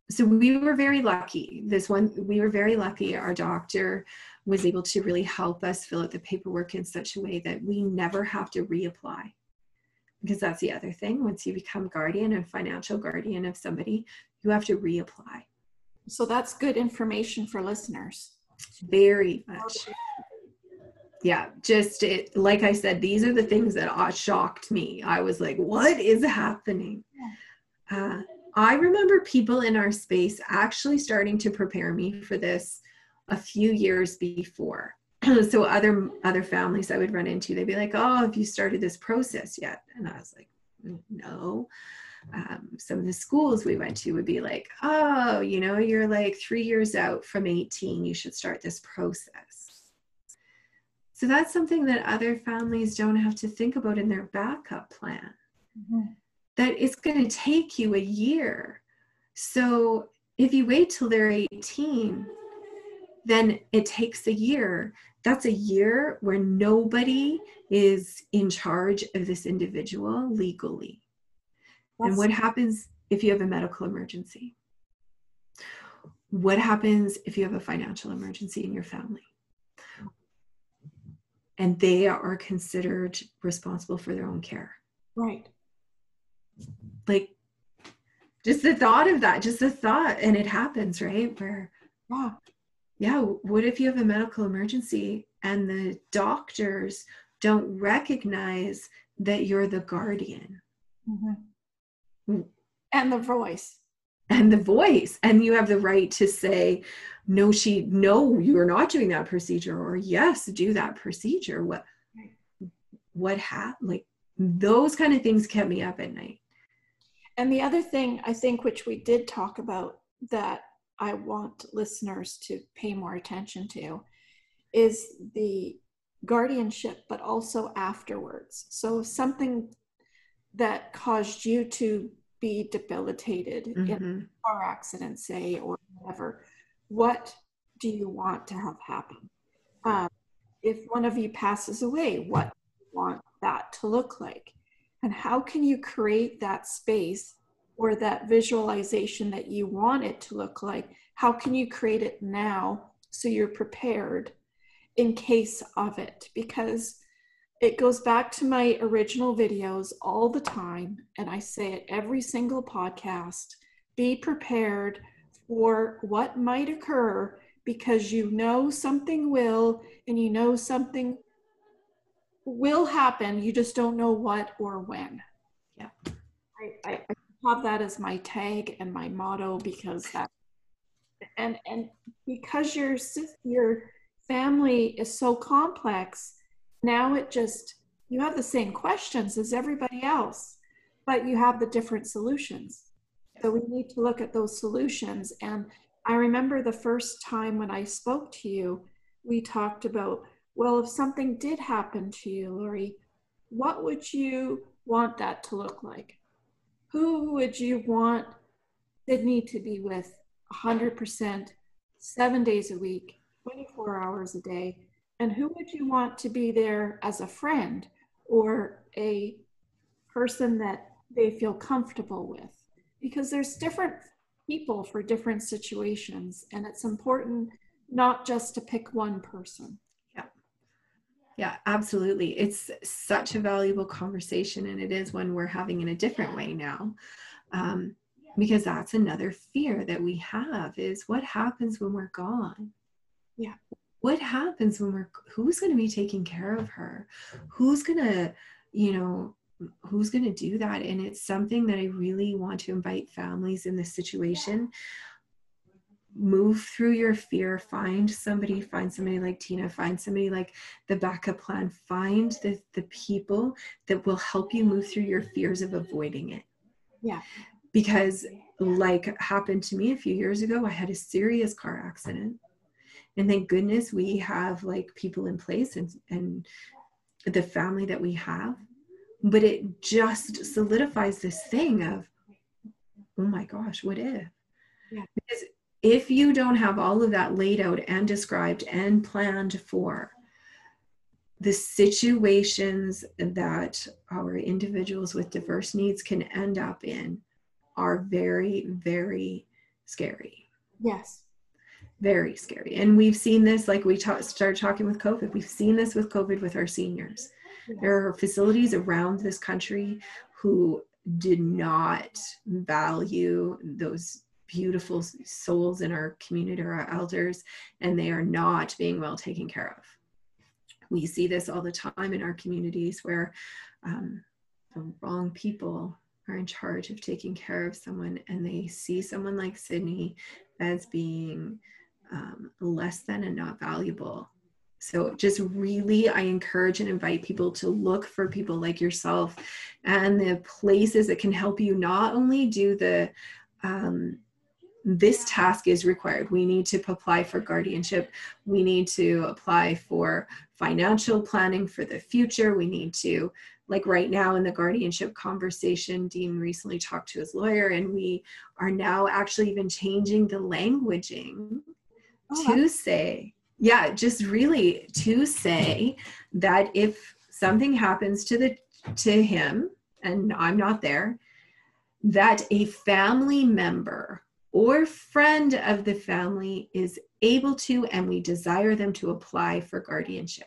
S1: so we were very lucky. This one, we were very lucky. Our doctor was able to really help us fill out the paperwork in such a way that we never have to reapply. Because that's the other thing. Once you become guardian and financial guardian of somebody, you have to reapply
S2: So that's good information for listeners.
S1: very much. yeah just it like i said these are the things that uh, shocked me i was like what is happening uh, i remember people in our space actually starting to prepare me for this a few years before so other other families i would run into they'd be like oh have you started this process yet and i was like "Mm, no um, some of the schools we went to would be like oh you know you're like three years out from 18 you should start this process so that's something that other families don't have to think about in their backup plan,
S2: Mhm.
S1: that it's going to take you a year. So if you wait till they're 18, then it takes a year. That's a year where nobody is in charge of this individual legally. And
S2: That's-
S1: what happens if you have a medical emergency? What happens if you have a financial emergency in your family? And they are considered responsible for their own care.
S2: right.
S1: Like, just the thought of that, just the thought, and it happens, right? Where,
S2: Yeah.
S1: yeah, what if you have a medical emergency and the doctors don't recognize that you're the guardian
S2: Mm-hmm. And the voice.
S1: and the voice and you have the right to say no she no you're not doing that procedure or yes do that procedure what
S2: Right.
S1: what happened like those kind of things kept me up at night
S2: And the other thing I think, which we did talk about, that I want listeners to pay more attention to is the guardianship, but also afterwards. So, something that caused you to be debilitated in
S1: Mhm.
S2: a car accident, say, or whatever, what do you want to have happen? Um, if one of you passes away, what do you want that to look like? And how can you create that space or that visualization that you want it to look like? How can you create it now so you're prepared in case of it? Because it goes back to my original videos all the time, and I say it every single podcast be prepared for what might occur because you know something will and you know something will happen you just don't know what or when
S1: Yeah.
S2: I, I, I have that as my tag and my motto because that and and because your sis- your family is so complex now it just you have the same questions as everybody else but you have the different solutions so we need to look at those solutions. And I remember the first time when I spoke to you, we talked about, well, if something did happen to you, Lori, what would you want that to look like? Who would you want Sydney to be with 100%, seven days a week, 24 hours a day? And who would you want to be there as a friend or a person that they feel comfortable with? because there's different people for different situations and it's important not just to pick one person
S1: Yeah, absolutely. It's such a valuable conversation, and it is one we're having in a different way now. Um, because that's another fear that we have is what happens when we're gone?
S2: Yeah.
S1: What happens when we're, who's going to be taking care of her? Who's going to, you know, who's going to do that? And it's something that I really want to invite families in this situation move through your fear find somebody find somebody like tina find somebody like the backup plan find the, the people that will help you move through your fears of avoiding it
S2: Yeah.
S1: because like happened to me a few years ago i had a serious car accident and thank goodness we have like people in place and and the family that we have but it just solidifies this thing of oh my gosh what if
S2: Yeah.
S1: because if you don't have all of that laid out and described and planned for the situations that our individuals with diverse needs can end up in are very very scary
S2: yes
S1: very scary and we've seen this like we ta- started talking with covid we've seen this with covid with our seniors there are facilities around this country who did not value those beautiful s- souls in our community or our elders, and they are not being well taken care of. We see this all the time in our communities where um, the wrong people are in charge of taking care of someone, and they see someone like Sydney as being um, less than and not valuable. So, just really, I encourage and invite people to look for people like yourself and the places that can help you not only do the um, this task is required. We need to apply for guardianship. We need to apply for financial planning for the future. We need to, like right now in the guardianship conversation, Dean recently talked to his lawyer, and we are now actually even changing the languaging
S2: Oh,
S1: to say, yeah, just really to say that if something happens to the to him and I'm not there, that a family member or friend of the family is able to and we desire them to apply for guardianship.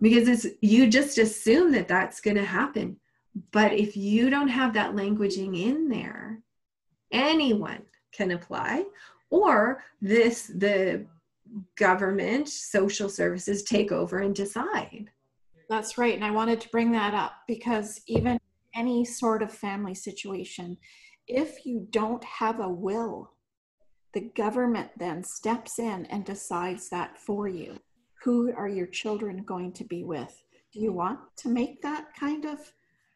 S1: Because it's you just assume that that's going to happen. But if you don't have that languaging in there, anyone can apply or this the government social services take over and decide
S2: That's right. And I wanted to bring that up because even any sort of family situation, if you don't have a will, the government then steps in and decides that for you. Who are your children going to be with? Do you want to make that kind of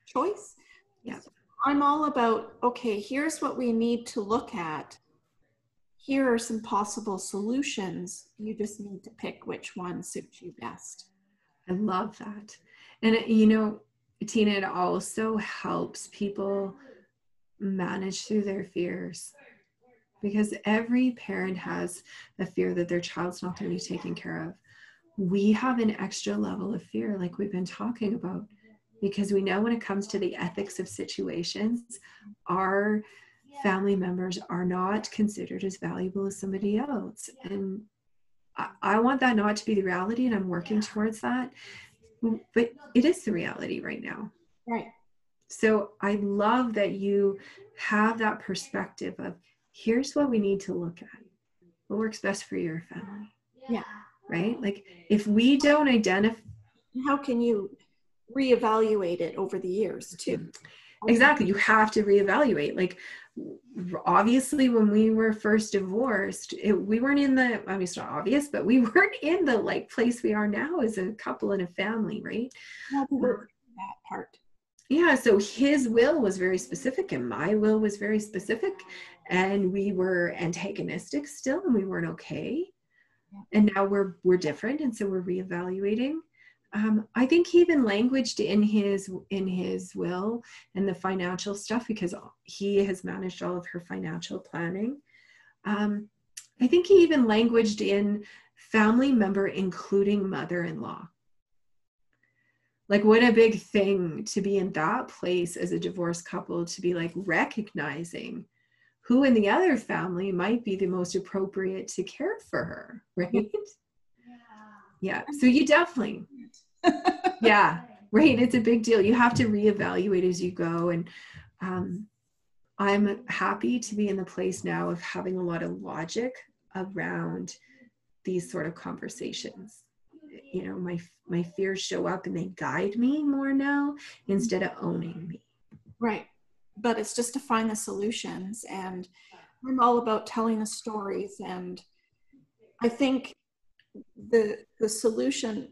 S2: choice?
S1: Yeah.
S2: I'm all about okay, here's what we need to look at. Here are some possible solutions. You just need to pick which one suits you best.
S1: I love that. And it- you know, Tina, it also helps people manage through their fears because every parent has a fear that their child's not going to be taken care of. We have an extra level of fear, like we've been talking about, because we know when it comes to the ethics of situations, our family members are not considered as valuable as somebody else. And I, I want that not to be the reality, and I'm working towards that. But it is the reality right now.
S2: Right.
S1: So I love that you have that perspective of here's what we need to look at. What works best for your family?
S2: Yeah.
S1: Right? Like if we don't identify
S2: And How can you reevaluate it over the years too?
S1: exactly, you have to reevaluate. Like w- obviously when we were first divorced, it, we weren't in the I mean it's not obvious, but we weren't in the like place we are now as a couple and a family, right?
S2: How do we
S1: We're-
S2: do that part.
S1: Yeah, so his will was very specific and my will was very specific and we were antagonistic still and we weren't okay.
S2: Yeah.
S1: And now we're we're different and so we're reevaluating. Um, I think he even languaged in his in his will and the financial stuff because he has managed all of her financial planning. Um, I think he even languaged in family member including mother-in-law like what a big thing to be in that place as a divorced couple to be like recognizing who in the other family might be the most appropriate to care for her right yeah so you definitely yeah right it's a big deal you have to reevaluate as you go and um, i'm happy to be in the place now of having a lot of logic around these sort of conversations you know my my fears show up and they guide me more now instead of owning me
S2: Right. But it's just to find the solutions. And I'm all about telling the stories. And I think the the solution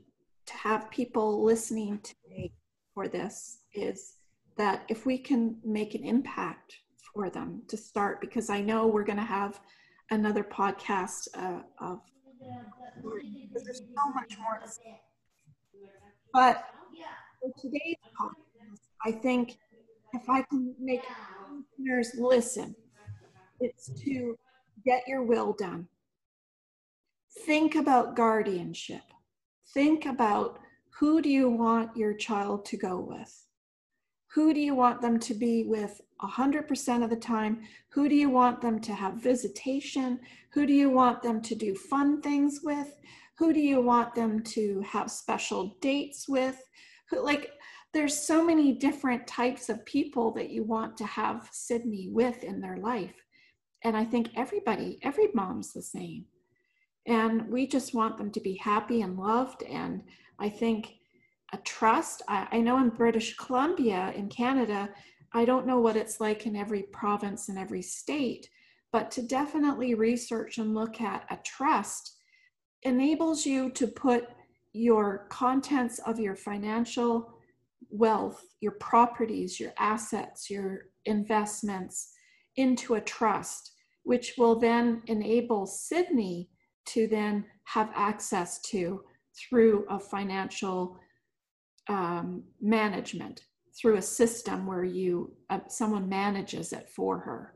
S2: to have people listening today for this is that if we can make an impact for them to start, because I know we're going to have another podcast uh, of because there's so much more to say. But for today's podcast, I think if I can make listeners listen, it's to get your will done. Think about guardianship. Think about who do you want your child to go with? Who do you want them to be with 100% of the time? Who do you want them to have visitation? Who do you want them to do fun things with? Who do you want them to have special dates with? Who, like, there's so many different types of people that you want to have Sydney with in their life. And I think everybody, every mom's the same. And we just want them to be happy and loved. And I think a trust, I, I know in British Columbia, in Canada, I don't know what it's like in every province and every state, but to definitely research and look at a trust enables you to put your contents of your financial wealth, your properties, your assets, your investments into a trust, which will then enable Sydney to then have access to through a financial um, management, through a system where you uh, someone manages it for her.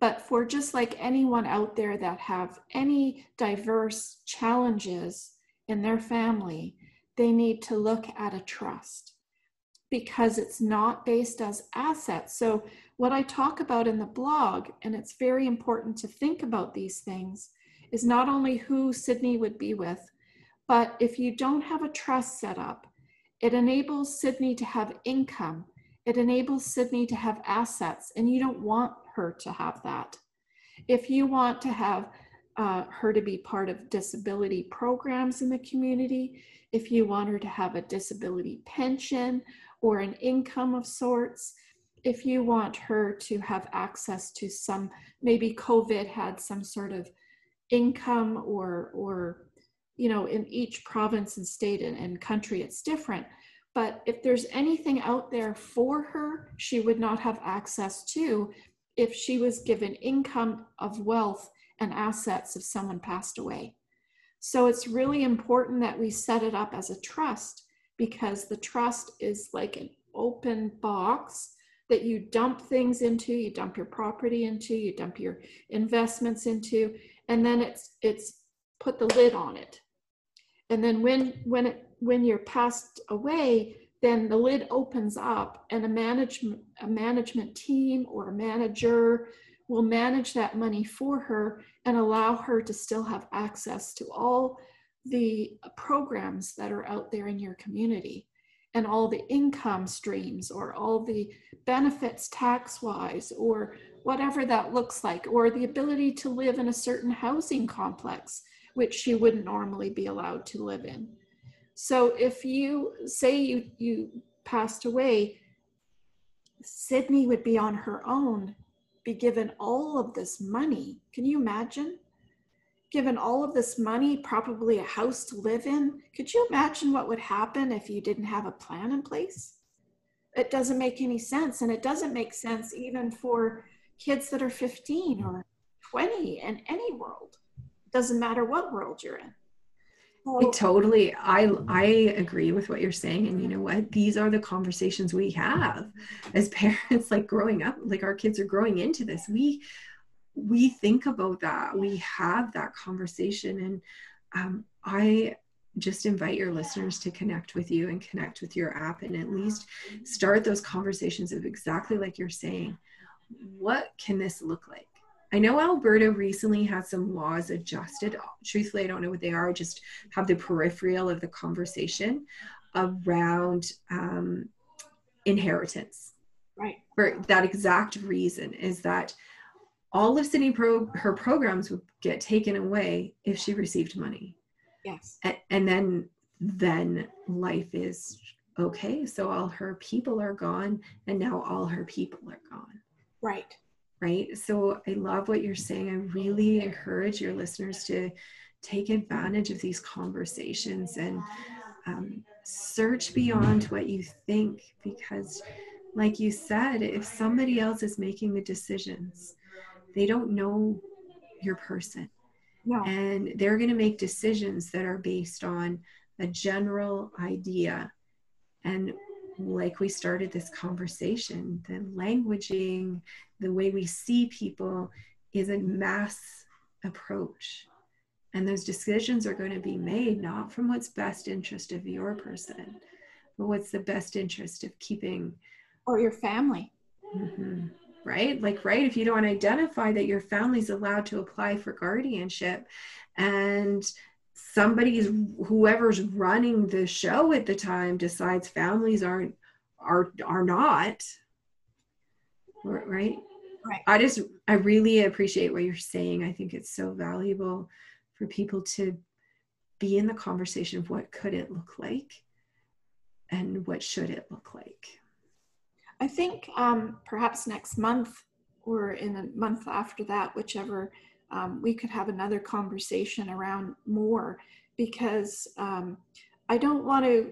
S2: But for just like anyone out there that have any diverse challenges in their family, they need to look at a trust because it's not based as assets. So, what I talk about in the blog, and it's very important to think about these things, is not only who Sydney would be with, but if you don't have a trust set up, it enables Sydney to have income, it enables Sydney to have assets, and you don't want her to have that. If you want to have uh, her to be part of disability programs in the community, if you want her to have a disability pension or an income of sorts, if you want her to have access to some, maybe COVID had some sort of income or, or you know, in each province and state and, and country, it's different. But if there's anything out there for her, she would not have access to if she was given income of wealth and assets if someone passed away. So it's really important that we set it up as a trust because the trust is like an open box that you dump things into, you dump your property into, you dump your investments into, and then it's it's put the lid on it. And then when when it when you're passed away, then the lid opens up and a management a management team or a manager will manage that money for her and allow her to still have access to all the programs that are out there in your community and all the income streams or all the benefits tax wise or whatever that looks like or the ability to live in a certain housing complex which she wouldn't normally be allowed to live in so if you say you you passed away sydney would be on her own be given all of this money. Can you imagine? Given all of this money, probably a house to live in. Could you imagine what would happen if you didn't have a plan in place? It doesn't make any sense. And it doesn't make sense even for kids that are 15 or 20 in any world. It doesn't matter what world you're in.
S1: I totally I I agree with what you're saying and you know what these are the conversations we have as parents like growing up like our kids are growing into this we we think about that we have that conversation and um, I just invite your listeners to connect with you and connect with your app and at least start those conversations of exactly like you're saying what can this look like I know Alberta recently had some laws adjusted. Truthfully, I don't know what they are. I just have the peripheral of the conversation around um, inheritance.
S2: Right.
S1: For that exact reason is that all of Sydney pro- her programs would get taken away if she received money.
S2: Yes.
S1: A- and then then life is okay. So all her people are gone, and now all her people are gone.
S2: Right
S1: right? So I love what you're saying. I really encourage your listeners to take advantage of these conversations and um, search beyond what you think because, like you said, if somebody else is making the decisions, they don't know your person.
S2: No.
S1: And they're going to make decisions that are based on a general idea. And like we started this conversation, the languaging, the way we see people is a mass approach. And those decisions are going to be made not from what's best interest of your person, but what's the best interest of keeping
S2: or your family.
S1: Mm-hmm. Right? Like, right, if you don't identify that your family's allowed to apply for guardianship and somebody's whoever's running the show at the time decides families aren't are are not right
S2: right
S1: i just i really appreciate what you're saying i think it's so valuable for people to be in the conversation of what could it look like and what should it look like
S2: i think um, perhaps next month or in the month after that whichever um, we could have another conversation around more because um, I don't want to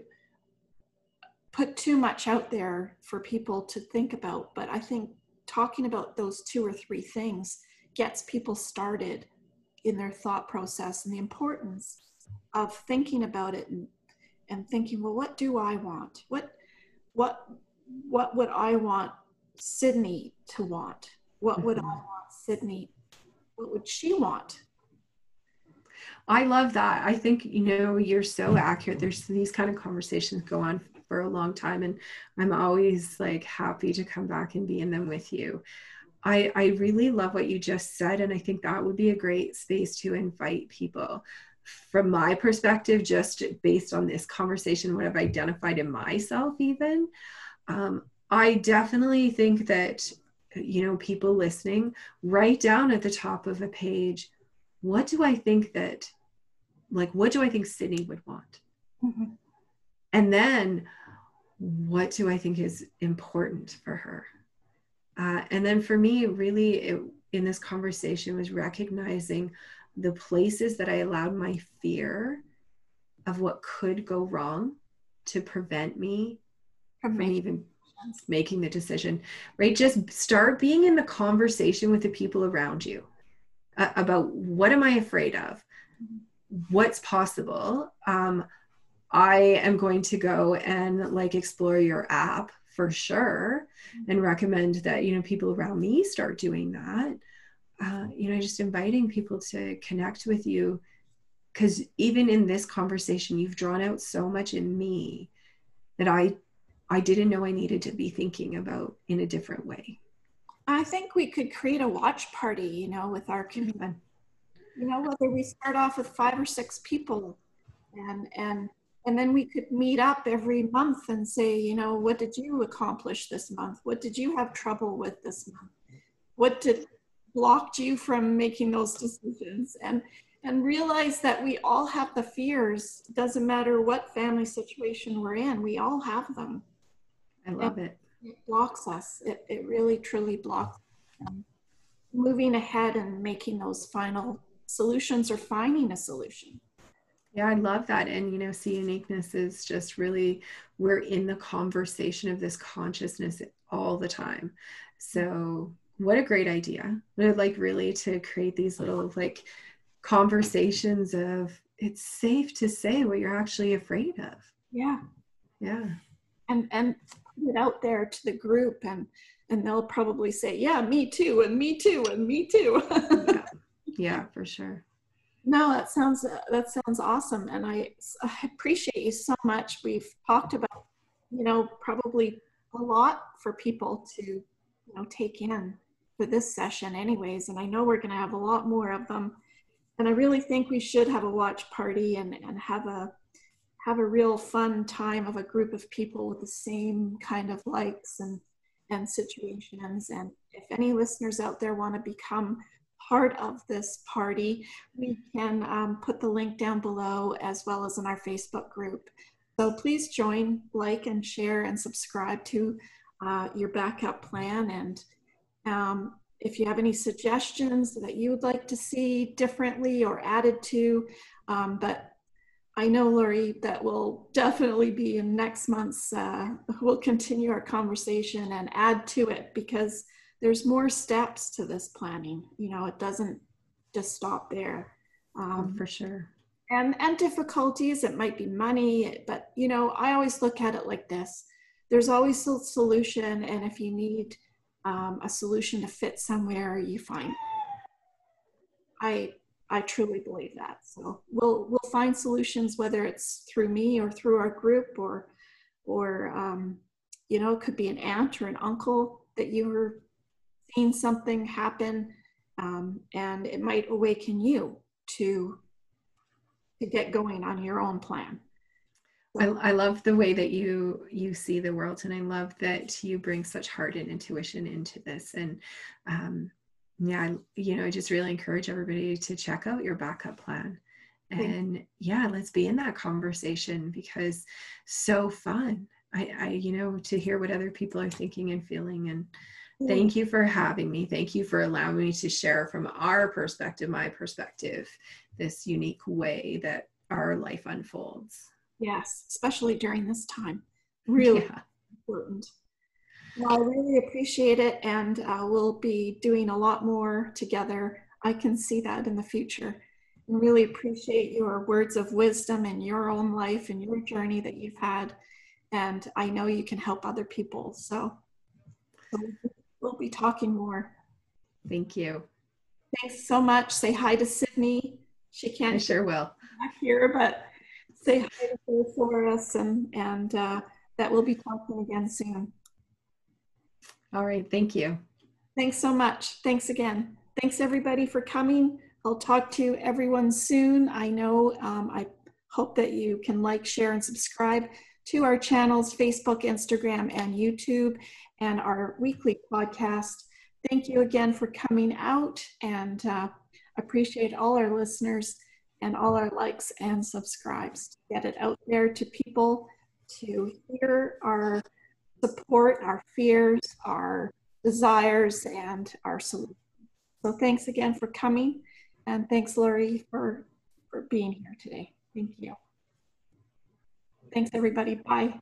S2: put too much out there for people to think about, but I think talking about those two or three things gets people started in their thought process and the importance of thinking about it and, and thinking, well, what do I want? What, what, what would I want Sydney to want? What would I want Sydney what would she want?
S1: I love that. I think you know you're so accurate. There's these kind of conversations go on for a long time, and I'm always like happy to come back and be in them with you. I I really love what you just said, and I think that would be a great space to invite people. From my perspective, just based on this conversation, what I've identified in myself, even, um, I definitely think that you know people listening write down at the top of a page what do I think that, like, what do I think Sydney would want?
S2: Mhm.
S1: And then, what do I think is important for her? Uh, and then for me, really, it, in this conversation, was recognizing the places that I allowed my fear of what could go wrong to prevent me
S2: From
S1: from
S2: making-
S1: even making the decision, right? Just start being in the conversation with the people around you uh, about what am I afraid of? What's possible? Um, I am going to go and like explore your app for sure and recommend that, you know, people around me start doing that. Uh, you know, just inviting people to connect with you. Because even in this conversation, you've drawn out so much in me that I I didn't know I needed to be thinking about in a different way.
S2: I think we could create a watch party, you know, with our community. you know whether we start off with five or six people and and and then we could meet up every month and say you know what did you accomplish this month what did you have trouble with this month what did blocked you from making those decisions and and realize that we all have the fears doesn't matter what family situation we're in we all have them
S1: I love it.
S2: it blocks us it, it really truly blocks um, moving ahead and making those final solutions or finding a solution
S1: Yeah, I love that. And, you know, see, uniqueness is just really, we're in the conversation of this consciousness all the time. So, what a great idea. I would like really to create these little like conversations of it's safe to say what you're actually afraid of.
S2: yeah
S1: Yeah.
S2: and and put it out there to the group and and they'll probably say yeah me too and me too and me too
S1: Yeah, yeah for sure.
S2: no that sounds uh, that sounds awesome and I, I appreciate you so much we've talked about you know probably a lot for people to you know take in for this session anyways and i know we're going to have a lot more of them and i really think we should have a watch party and and have a have a real fun time of a group of people with the same kind of likes and and situations and if any listeners out there want to become part of this party we can um, put the link down below as well as in our facebook group so please join like and share and subscribe to uh, your backup plan and um, if you have any suggestions that you would like to see differently or added to um, but I know, Lori, that will definitely be in next month's, uh, we'll continue our conversation and add to it because there's more steps to this planning. You know, it doesn't just stop there. Um,
S1: for sure.
S2: and, um, and difficulties, it might be money, but you know, I always look at it like this there's always a solution. And if you need um, a solution to fit somewhere, you find. I I truly believe that. So we'll we'll find solutions whether it's through me or through our group or or um, you know it could be an aunt or an uncle that you were seeing something happen um, and it might awaken you to to get going on your own plan.
S1: I, I love the way that you you see the world and i love that you bring such heart and intuition into this and um, yeah I, you know i just really encourage everybody to check out your backup plan
S2: Thank you.
S1: and yeah let's be in that conversation because so fun i i you know to hear what other people are thinking and feeling and Thank you for having me. Thank you for allowing me to share from our perspective, my perspective, this unique way that our life unfolds.
S2: Yes, especially during this time. Really
S1: Yeah.
S2: important. Well, I really appreciate it, and uh, we'll be doing a lot more together. I can see that in the future. And really appreciate your words of wisdom in your own life and your journey that you've had. And I know you can help other people. So we'll be talking more.
S1: Thank you.
S2: Thanks so much. Say hi to Sydney. She
S1: I
S2: can't
S1: sure will.
S2: back here, but say hi to her for us, and and uh, that we'll be talking again soon.
S1: All right. Thank you.
S2: Thanks so much. Thanks again. Thanks everybody for coming. I'll talk to everyone soon. I know um, I hope that you can like, share, and subscribe to our channels Facebook, Instagram, and YouTube, and our weekly podcast. Thank you again for coming out, and uh, appreciate all our listeners and all our likes and subscribes to get it out there to people to hear our support, our fears, our desires, and our solutions. So thanks again for coming, and thanks, Lori, for, for being here today. Thank you. Thanks, everybody. Bye.